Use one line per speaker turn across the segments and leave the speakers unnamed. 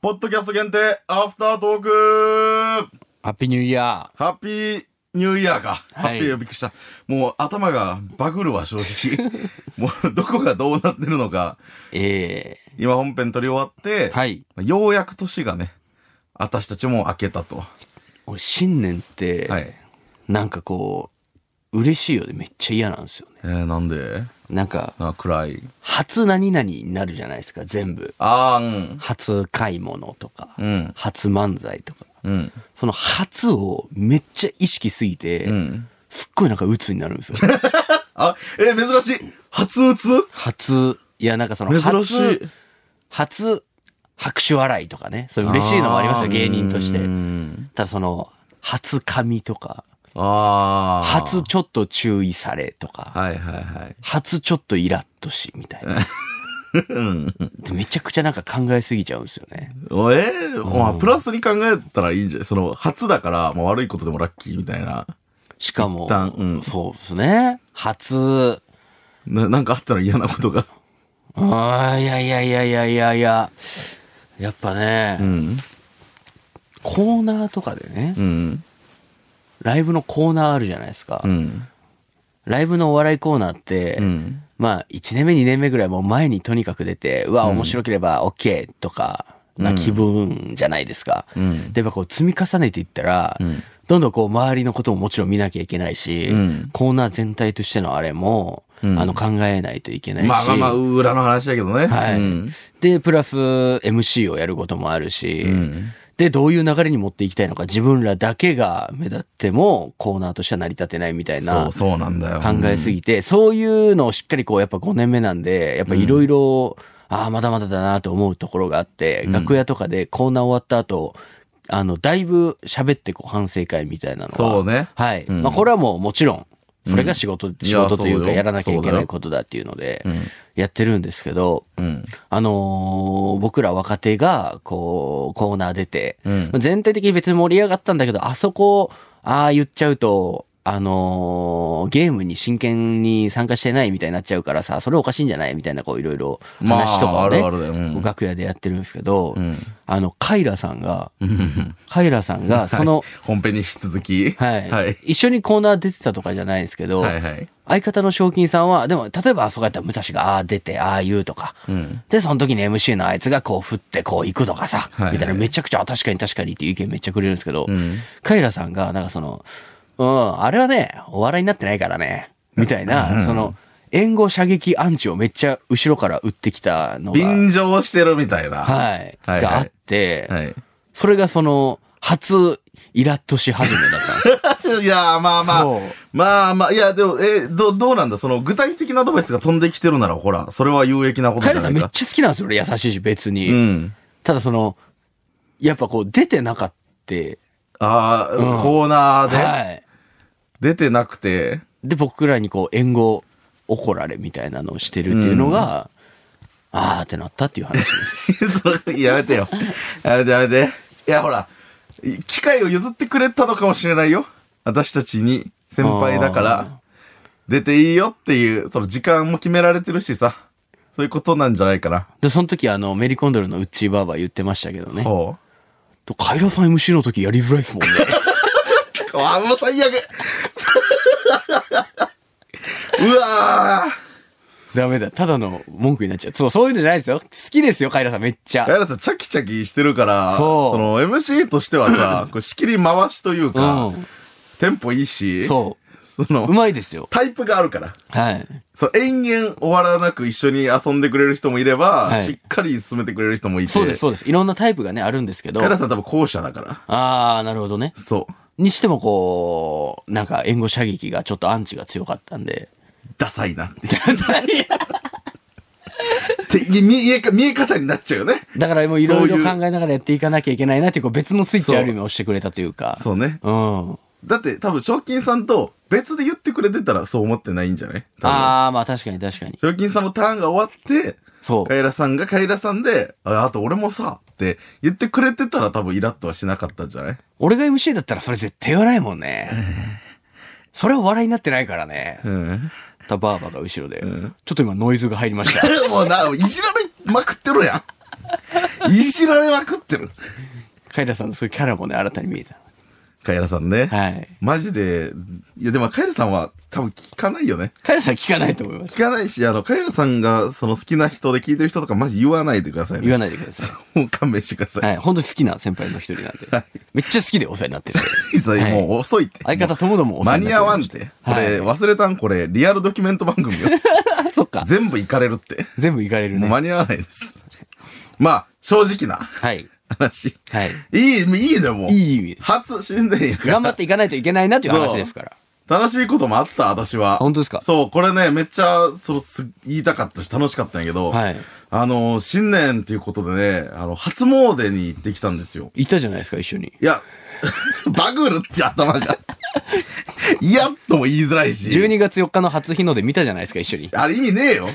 ポッドキャスト限定アフタートーク
ハッピーニューイヤ
ハッピーニューイヤーか。ハ
はい
ッピーよびっくりした。もう頭がバグるわ、正 直。もうどこがどうなってるのか。
ー。え
今本編撮り終わって、
ー、はい。
ようやく年がね、私たちも明けたと。
俺、新年って、
はい
なんかこう、嬉しいよね。めっちゃ嫌なんですよね。
えー、なんで
なんか、
あ暗い。
初何々になるじゃないですか、全部。
あー、うん。
初買い物とか、
うん。
初漫才とか。
うん。
その初をめっちゃ意識すぎて、
うん。
すっごいなんか鬱になる んですよ。
あ、えー珍しい。初打つ
初、いや、なんかその初、
珍しい。
初、拍手笑いとかね。そういう嬉しいのもありますよ、芸人として
う。ん
ただその、初髪とか、
ああ。
初ちょっと注意されとか、
はいはいはい。
初ちょっとイラッとしみたいな。
うん。
でめちゃくちゃなんか考えすぎちゃうんですよね。
えーまあ、プラスに考えたらいいんじゃないその、初だから、まあ、悪いことでもラッキーみたいな。
しかも
一旦うん、
そうですね。初、
ななんかあったら嫌なことが。
あーいやいやいやいやいやいや、やっぱ
う
ね、
ん。
コーナーとかでね
う、ん。
ライブのコーナーあるじゃないですか
う。ん。
ライブのお笑いコーナーって
う、ん。
まあ、1年目、2年目ぐらいもう前にとにかく出て、うわ、面白ければ OK とか、な気分じゃないですか。
うん。
で、やっぱこう積み重ねていったら、
ん
どんどんこう周りのことももちろん見なきゃいけないし、
うん
コーナー全体としてのあれも、
うん
あの考えないといけないし、
まあまあまあ、裏の話だけどね。
はい
うん。
で、プラス MC をやることもあるし、
うん
で、どういう流れに持っていきたいのか、自分らだけが目立ってもコーナーとしては成り立てないみたい
そ
な
う、そうなんだよ。
考えすぎて、そういうのをしっかりこう、やっぱ5年目なんで、やっぱいろいろ、ああ、まだまだだなと思うところがあって、楽屋とかでコーナー終わった後、あの、だいぶ喋ってこう、反省会みたいなのは。
そうね
はい。
うん
まあ、これはもうもちろん、それが仕事、仕事という
そう
か、
よ
やらなきゃいけ
そうだ
な
よ
いことだっていうので
うん、
やってるんですけど、
うん。
あのー僕ら若手が、こう、コーナー出て、
うん
全体的に別に盛り上がったんだけど、あそこ、ああ言っちゃうと、あのーゲームに真剣に参加してないみたいになっちゃうからさ、それおかしいんじゃないみたいな、こう、いろいろ
ま
話とか
あ、あ
を
る
ね、
あるだよ。うん
こう楽屋でやってるんですけど、
うん
あの、カイラさんが、
うん。
カイラさんが、その、
本編に引き続き。
はい、
はい。
一緒にコーナー出てたとかじゃないですけど、
はいはい。
相方の賞金さんは、でも、例えばあそこやったら武蔵がああ出て、ああ言うとか、
うん。
で、その時に MC のあいつがこう振ってこう行くとかさ、
はいはい
みたいなめちゃくちゃ、あ確かに確かにっていう意見めっちゃくれるんですけど、
うん。
カイラさんが、なんかその、うん、あれはね、お笑いになってないからね、みたいな、その、援護射撃アンチをめっちゃ後ろから打ってきたのが、
便乗してるみたいな。
はい、
はいはい
があって、
はい。
それがその、初、イラッとし始めだったん ですよ。
いやーまあまあ
そう
まあまあいやでもえどどうなんだその具体的なアドバイスが飛んできてるならほらそれは有益なことじゃ
カイラ
な
さ
い
んめっ
か
ちゃ好きなんですよ、俺優しいし、別に。
うん
ただその、やっぱこう、出てなかって、
ああ、
うん
コーナーで、
はい。
出てなくて
で僕らにこう援護怒られみたいなのをしてるっていうのが、あーってなったっていう話です。
それやめてよやめてやめていやほらい機会を譲ってくれたのかもしれないよ私たちに先輩だから出ていいよっていうその時間も決められてるしさそういうことなんじゃないかな、
でその時あのメリコンドルのウッチーバーバー言ってましたけどね。
ほう
とカイラさん MC の時やりづらいですもんね。
うわもう最悪うわー
ダメだ。ただの文句になっちゃう。そう、そういうのじゃないですよ。好きですよ、カイラさんめっち
ガイ
ゃ。
ラさん、チャキチャキしてるから、
そう
の MC としては さ、こう仕切り回しという
う
か、
ん。
テンポいいし、
そ。
そう
う
の、
まいですよ。
タイプがあるから。
はい。
その延々終わらなく一緒に遊んでくれる人もいれば、
はい
しっかり進めてくれる人もいて、
そうです、そうです。いろんなタイプがね、あるんですけど
ガイ。ラさん多分後者だから。
あー、なるほどね。
そう。
にしてもこう、なんか援護射撃がちょっとアンチが強かったんで。
ダサいなって。 って見えか見え方になっちゃうよね。
だからもういろいろ
そういう
考えながらやっていかなきゃいけないなっていうこう別のスイッチある意味押してくれたというか。
そうね。
う。ん。
だって多分、賞金さんと別で言ってくれてたらそう思ってないんじゃない多分
ああ、まあ確かに確かに。
賞金さんのターンが終わって、
そ。
カイラさんがカイラさんで、ああと俺もさ、って言ってくれてたら多分イラッとはしなかったんじゃないう
俺が MC だったらそれ絶対言わないもんね。それはお笑いになってないからね。
うん。
たバーバが後ろで
ん。
ちょっと今ノイズが入りました。
もうな、いじられまくってるやん。いじられまくってる。
カイラさんのそういうキャラもね、新たに見えた。
カエラさんね。
はい。
マジで、いやでもカエラさんは多分聞かないよね。
カイラさん聞かないと思います。
聞かないし、あの、カエラさんがその好きな人で聞いてる人とかマジ言わないでくださいね。
言わないでくださ
もう勘弁してくださ
い。はい。本当に好きな先輩の一人なんで。
はい
めっちゃ好きでお世話になってる。
い。それ
はい
もう遅いって。
相方ともどもお世
間
話に
に
な
合わ
っ
ん
て
っ
おり
て。こ
ました
れ、忘れたんこれ、リアルドキュメント番組 よ。
はい。そっか。
全部行かれるって。
全部いかれる
もう
ね。
間に合わないです。まあ、正直な
はい。
話。
は
い
い。
い、いいじゃん、もう。
いい意味で。
初新年やから。
頑張っていかないといけないなという話ですから。
楽しいこともあった、私は。
本当ですか
そう、これね、めっちゃ、その、す言いたかったし、楽しかったんやけど、
はい。
あの、新年っていうことでね、あの、初詣に行ってきたんですよ。
行ったじゃないですか、一緒に。
いや、 バグるって頭 が。いやっとも言いづらいし。
12月4日の初日の出見たじゃないですか、一緒に。
あれ意味ねえ よ。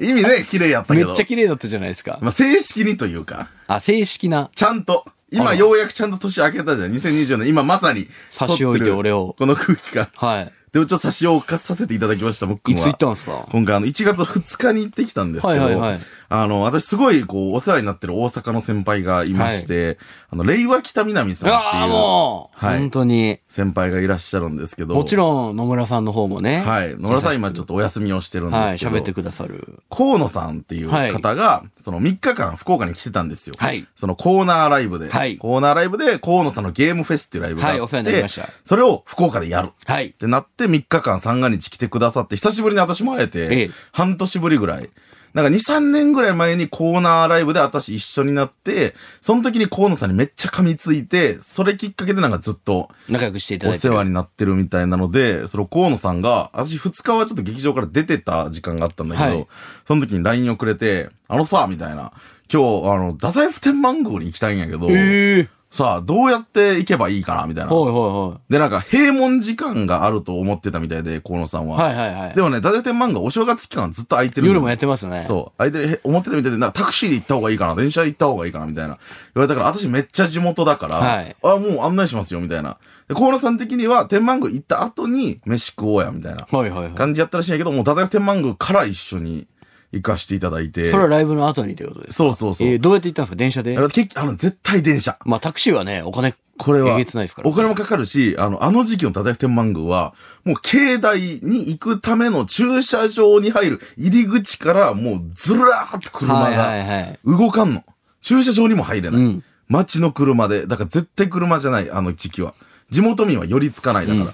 意味ねえ、綺麗やった
め
け
っ
ど。
ちゃ綺麗だったじゃないですか。
まあ、正式にというか、
あ、正式な。
ちゃんと、
あ
今ようやくちゃんと年明けたじゃん。2020年、今まさに。
差し置いて俺を
この空気感。
は
でもちょっと差し置かさせていただきました、僕
い。い
は。
つ行ったんですか
今回あの1月2日に行ってきたんですけど、
はいはいはい
あの、私すごいこう、お世話になってる大阪の先輩がいまして、あの、令和北南さんって
ああ、
いう
もう、
はい
本当に。
先輩がいらっしゃるんですけど、
もちろん野村さんの方もね。
はい、野村さん今ちょっ
っ
とお休みをしてるん
は
で
い、
すけど、
喋ってくださる。
河野さんっていう方が、その3日間福岡に来てたんですよ。
はい
そのコーナーライブで、
はい
コーナーライブで河野さんのゲームフェスっていうライブがあって、
はいお世話になりました
それを福岡でやる。
はい
っ。てなって3日間三が日来てくださって、久しぶりに私も会え
え
て
え、
半年ぶりぐらい。なんか2、3年ぐらい前にコーナーライブで私一緒になって、その時に河野さんにめっちゃ噛みついて、それきっかけでなんかずっと
仲良くしていた
お
だいて
世
る。
話になってるみたいなので、その河野さんが、私2日はちょっと劇場から出てた時間があったんだけど、
はい
その時に LINE をくれて、あのさ、みたいな、今日、あの、太宰府天満宮に行きたいんやけど、
ええ
さあ、どうやって行けばいいかなみたいな。
はいは
で、なんか、閉門時間があると思ってたみたいで、河野さんは。
いはい。はいはいはい
で。もね、太宰府天満宮お正月期間ずっと空いてるの
夜もやってますね。
そう。空いてる、へ思ってたみたいで、なんかタクシーで行った方がいいかな、電車で行った方がいいかな、みたいな。言われたから、私めっちゃ地元だから、
はい
あ、もう案内しますよ、みたいな。で、河野さん的には、天満宮行った後に、飯食おうや、みたいな
はいはいはい。
感じやったらしいんやけど、もう太宰府天満宮から一緒に行かしていただいて。
それはライブの後にということです。
そうそうそう。
えーどうやって行ったんですか電車で
だから結局あの、絶対電車。
まあタクシーはね、お金、
これは、
えげつないですから。
お金もかかるし、あの、あの時期の太宰府天満宮は、もう境内に行くための駐車場に入る入り口から、もうずらーっと車
はいはい
が
はい。
動かんの。駐車場にも入れない。
うん
街の車で。だから絶対車じゃない、あの時期は。地元民は寄りつかないだから。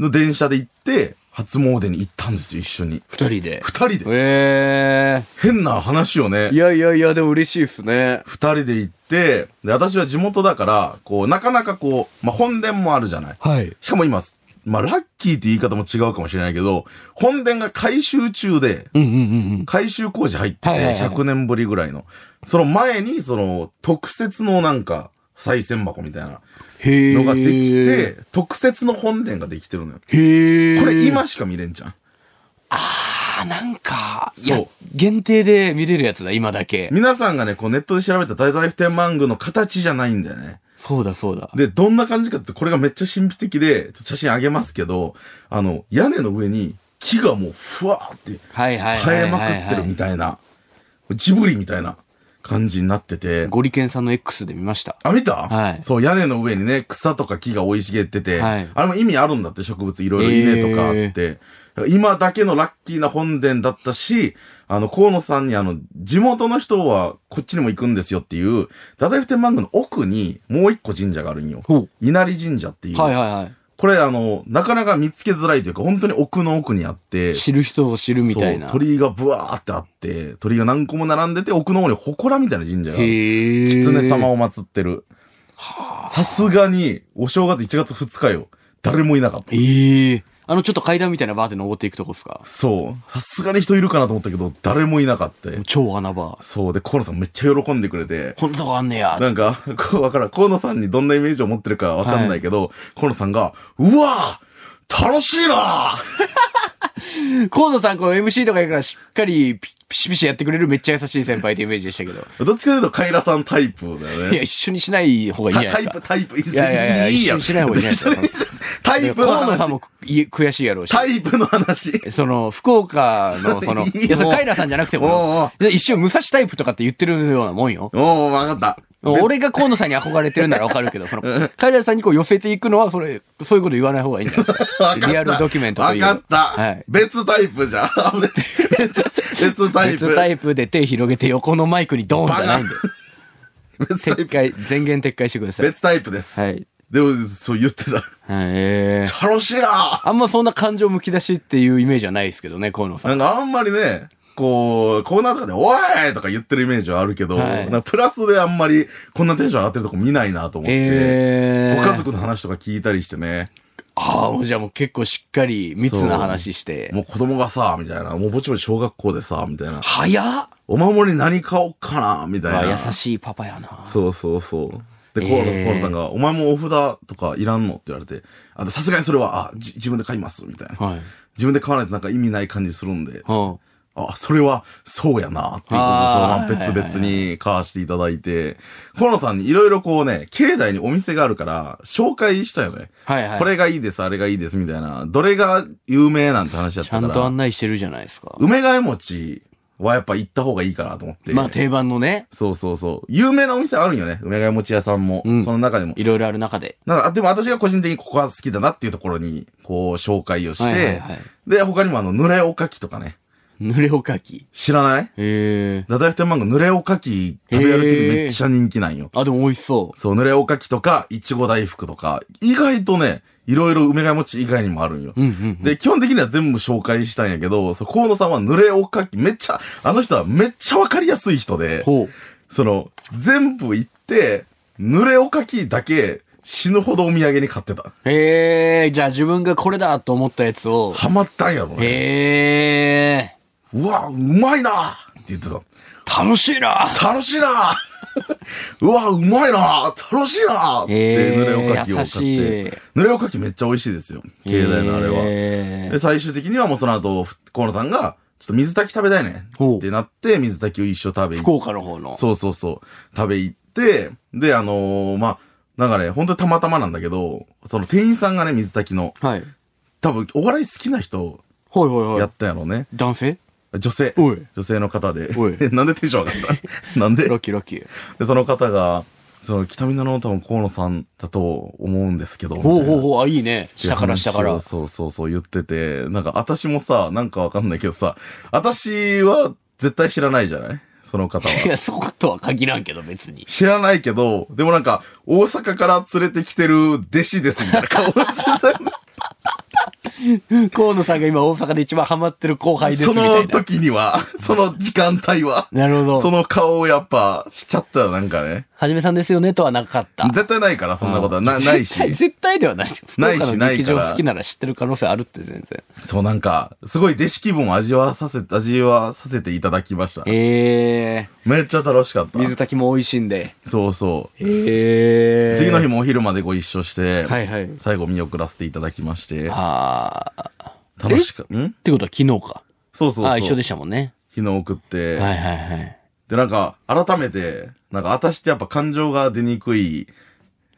の電車で行って、初詣に行ったんですよ、一緒に。
二人で。
二人で。
え
変な話をね
え。い。やいやいや、でも嬉しいっすね。
二人で行って、で、私は地元だから、こう、なかなかこう、まあ、本殿もあるじゃない。
はい。
しかも今、まあ、ラッキーって言い方も違うかもしれないけど、本殿が改修中で、
うんうんうんうん。
改修工事入ってて、
はいはいはい
100年ぶりぐらいの。その前に、その、特設のなんか、再銭箱みたいな
へえ。
のができて、特設の本殿ができてるのよ。
へえ。
これ今しか見れんじゃん。
あ、なんか、い
そう
や、限定で見れるやつだ、今だけ。
皆さんがね、こうネットで調べた大財布天満宮の形じゃないんだよね。
そうだそうだ。
で、どんな感じかって、これがめっちゃ神秘的で、ちょっと写真あげますけど、あの、屋根の上に木がもうふわーって
はいはいは
生
い
えま
はい、
くってる
は
みたいな、ジブリみたいな感じになって
い。
て。
ゴリケンさんの X で見ました。
あ、見た、
はい
そう、屋根の上にね、草とか木が生い茂ってて、
はい
あれも意味あるんだって、植物いろいろ稲とかあって。だから今だけのラッキーな本殿だったし、あの、河野さんにあの、地元の人はこっちにも行くんですよっていう、太宰府天満宮の奥にもう一個神社があるんよ。
ほ
稲荷神社っていう、
はいはいは
これあの、なかなか見つけづらいというか、本当に奥の奥にあって
い。、知る人を知るみたいな。
そう鳥居がブワーってあって、鳥居が何個も並んでて、奥の方に祠みたいな神社がある。
へえ。
狐様を祀ってる。さすがに、お正月1月2日よ。誰もいなかった。
ええ。あの、ちょっと階段みたいなバーって登っていくとこっすか
そう。さすがに人いるかなと思ったけど、誰もいなかった。
超穴場。
そう。で、河野さんめっちゃ喜んでくれて。
こんなとこあんねや。
なんか、こう、わからん。河野さんにどんなイメージを持ってるかわかんないけど、河野さんが、うわー楽しいなー
河野さん、この MC とかやからしっかりピピシピシやってくれるめっちゃ優しい先輩というイメージでしたけ ど。
どっちかというと、カイラさんタイプだよ
いや、
ね。
一緒にしない方がいいんじゃ
タ
ない
イ
です
プ、
か。
タイプ、い
いやいやいや
いや
一緒にしない方がいいんじゃないですか
タ タイプの
河野さん
話
もい悔しいやろうし。
タイプの話
その、福岡の、
そ
その、
れいい
いや、それ
もう
カイラさんじゃなくて
おうお
も、一瞬武蔵タイプとかって言ってるようなもんよ。
おお分かった
俺が河野さんに憧れてるならわかるけど、その、カイラさんにこう寄せていくのは、それ、そういうこと言わない方がいいんじゃないですか。
わかった
リアルドキュメントと
分
いう。
かった、
はい。
別タイプじゃん 俺別別タイプ
別タイプで手広げて横のマイクにドーンじゃないんで。
別タイ
撤
プ
回、全言撤回してください。
別タイプです、
はい。
でもそう言ってた
はい、えー
楽しいな
あんまそんな感情むき出しっていうイメージはないですけどね、河野さん。
なんかあんまりねこうコーナーとかで「おい!」とか言ってるイメージはあるけど、
はい
なんかプラスであんまりこんなテンション上がってるとこ見ないなと思って、
ええ
ご家族の話とか聞いたりしてね
ああ、もうじゃあもう結構しっかり密な話して。
もう子供がさみたいなもうぼちぼち小学校でさみたいな
早っ
お守り何買おうかなみたいな
優しいパパやな。
そうそうそう。で、
えー
コール、コールさんが、お前もお札とかいらんのって言われて、あとさすがにそれは、あ、じ自分で買います、みたいな。
はい。
自分で買わないとなんか意味ない感じするんで、
うん。
あ、それは、そうやな、っていう
あ
こ
ー
とで、そのまま別々に買わしていただいて、コールさんにいろいろこうね、境内にお店があるから、紹介したよね。
はいはい。
これがいいです、あれがいいです、みたいな。どれが有名なんて話やっ
ち
た
ゃ
か
んと
ら、
案内してるじゃないですか。
梅ヶ枝餅はやっぱ行った方がいいかなと思って。
まあ定番のね、
そうそうそう。有名なお店あるんよね。梅ヶ枝餅屋さんも。
うん
その中でも。
いろいろある中で。
なんか、でも私が個人的にここは好きだなっていうところに、こう、紹介をして、
はいはいはい
で、他にもあの、濡れおかきとかね。
濡れおかき。
知らない
へえ。
ダダイフテンマンゴ濡れおかき食べ歩きでめっちゃ人気なんよ。
あ、でも美味しそ
そう、濡れおかきとか、いちご大福とか、意外とね、いろいろ梅が餅以外にもあるんよ。
う。うんうん。
で、基本的には全部紹介したんやけど、そう河野さんは濡れおかき、めっちゃ、あの人はめっちゃわかりやすい人で、
ほう。
その、全部行って、濡れおかきだけ死ぬほどお土産に買ってた。
へえ、じゃあ自分がこれだと思ったやつを。
ハマったんやろね。
へえ、
うわ、うまいなって言って
楽しいな
た。楽しい なうわ、うまいな楽しいなって、
えー
濡れおかきを買っ
優
て。
しい
濡れおかきめっちゃ美味しいですよ。境内のあれは。
へ
で、
ー
最終的にはもうその後、河野さんが、ちょっと水炊き食べたいね。
ほう
ってなって、水炊きを一緒食べ行っ
福岡の方の。
そうそうそう。食べ行って、で、あのーまあ、なんかね、本当にたまたまなんだけど、その店員さんがね、水炊きの、
はい。はい
多分お笑い好きな人
はいは
や
い
っ。たんやろうね。
男性
女性。
おい
女性の方で
おい。
え なんでテンション上がった なんで
ラッキーラッキー。
で、その方が、その、北見の多分河野さんだと思うんですけど、みたい
ほ
な
うほうほう、あ、いいね。下から下か
い
ら
や。話をそうそうそう言ってて、なんか私もさ、なんかわかんないけどさ、私は絶対知らないじゃないその方は。
いや、そことは限らんけど、別に。
知らないけど、でもなんか、大阪から連れてきてる弟子ですみたいな顔して たよね
河野さんが今大阪で一番ハマってる後輩です
そ
みた
の
いな。
時には、その時間帯 は、
なるほ
そ
ど。
の顔をやっぱしちゃったよ、なんかね。
はじめさんですよねとはなかった。
絶対ないから、そんなことはなない
絶対
し。
絶対ではないですよ。
ないし
福岡の
ない
劇
から
場好きなら知ってる可能性あるって全然。
そう、なんか、すごい弟子気分を味わわさせ、味わわさせていただきました。
え
めっちゃ楽しかっ
ー、水
た。
炊きも美味しいんで。
そうそ
え
う。次の日もお昼までご一緒して、
はいはい。
最後見送らせていただきまして、
あー。
楽しか、ん
ってことは昨日か。
そうそうそう。
あ、一緒でしたもんね。
日の送って、
はいはいはい。
で、なんか、改めて、なんか、私ってやっぱ感情が出にくい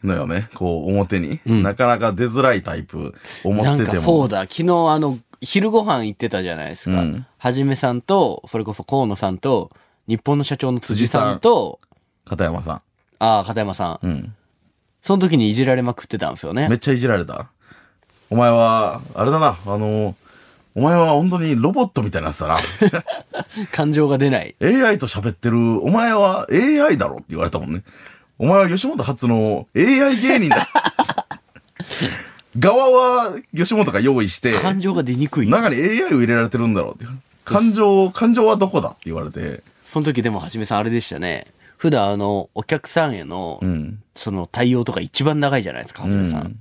のよね。こう、表に。
ん
なかなか出づらいタイプ、思っ
なん
てて
か
も。
そうだ、昨日あの、昼ご飯行ってたじゃないですか。
うん
はじめさんと、それこそ河野さんと、日本の社長の辻さんと、
片山さ
ああ、片山さん。
ん。うん。
その時にいじられまくってたんですよ ね
め。っちゃいじられた。お前は、あれだな、あの、お前は本当にロボットみたいになって たな。
感情が出ない。
AI と喋ってる、お前は AI だろって言われたもんね。お前は吉本初の AI 芸人 だ。側は吉本が用意して、
感情が出にくい。
中に AI を入れられてるんだろうって。感情、感情はどこだって言われて。
その時でもはじめさんあれでしたね。普段あの、お客さんへの
う、ん。
その対応とか一番長いじゃないですか、はじめさ
うんん。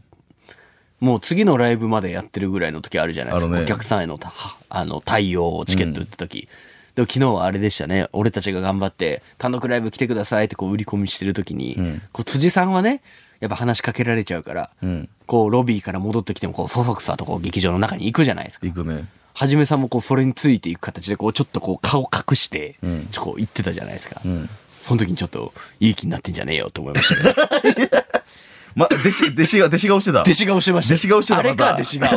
もう次のライブまでやってるぐらいの時あるじゃないです
あ
か、
るね
お客さんへのたはあの対応チケット売った時、でも昨日はあれでしたね俺たちが頑張って単独ライブ来てくださいってこう売り込みしてる時に、
ん
こう辻さんはねやっぱ話しかけられちゃうから、
うん。
こうロビーから戻ってきてもこうそそくさとこう劇場の中に行くじゃないですか
行くね。
はじめさんもこうそれについていく形でこうちょっとこう顔隠して
うん
ちょっとこう言ってたじゃないですか、
うん。
その時にちょっといい気になってんじゃねえよと思いましたけど
ま、弟子、 弟子が、弟子顔してた。
弟子顔してました。
弟子顔してた
あれ
ま
か、
た
弟子顔。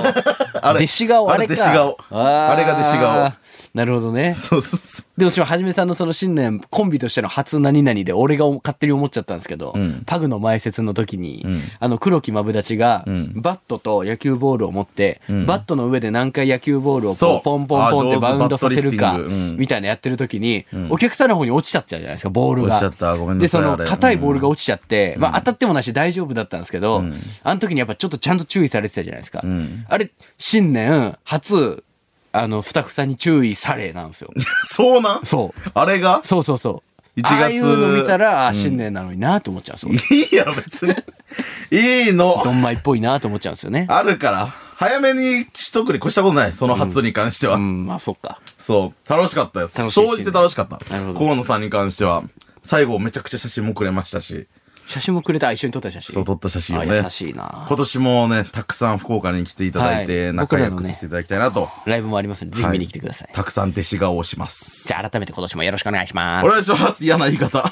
あれ
弟子顔、あ
あ
れか。
れ弟子顔
あー
あれが弟子顔。
なるほどね。
そうそうそ
でも、しはじめさんのその新年、コンビとしての初何々で、俺が勝手に思っちゃったんですけど、
うん
パグの前説の時に、
うん
あの、黒木まぶダちが、
うん
バットと野球ボールを持って、
うん
バットの上で何回野球ボールを
そ
こ
う
うポンポンポンって
あー上手
バウンドさせる
バ
か
ットリフティングう、ん
みたいなやってる時に、
ん
お客さんの方に落ちちゃったじゃないですか、ボール
う。落
が。
ちちゃった。ごめんな
で
さ
そ
い。
の硬いボールが落
ち
ちちゃって、まあ、当たってもないし大丈夫だったんですけど、
うん
あの時にやっぱちょっとちゃんと注意されてたじゃないですか、
うん
あれ新年初あのスタッフさんに注意されなん ですよ
そうなん
そう
あれが
そうそうそう
1月
ああいうの見たら、あ新年なのになと思っちゃうんですよ
いいやろ、別に。いいの。
どんまいっぽいなと思っちゃうんですよね
あるから。早めにしとくに越したことない。その初に関しては。
うんまあそっか
そう。楽しかったです。
楽しいしね
正直楽しかった。
なるほど
河野さんに関しては。最後めちゃくちゃ写真もくれましたし。
写真もくれた一緒に撮った写真
そう、撮った写真を
あ
ね。
優しいな
今年もね、たくさん福岡に来ていただいて、
はい
仲良
僕らの
く
ね
させていただきたいなと。
ライブもありますのでぜひ見に来てください、
たくさん弟子顔をします。
じゃあ改めて今年もよろしくお願いしま
お
す
願いします。嫌な言い方。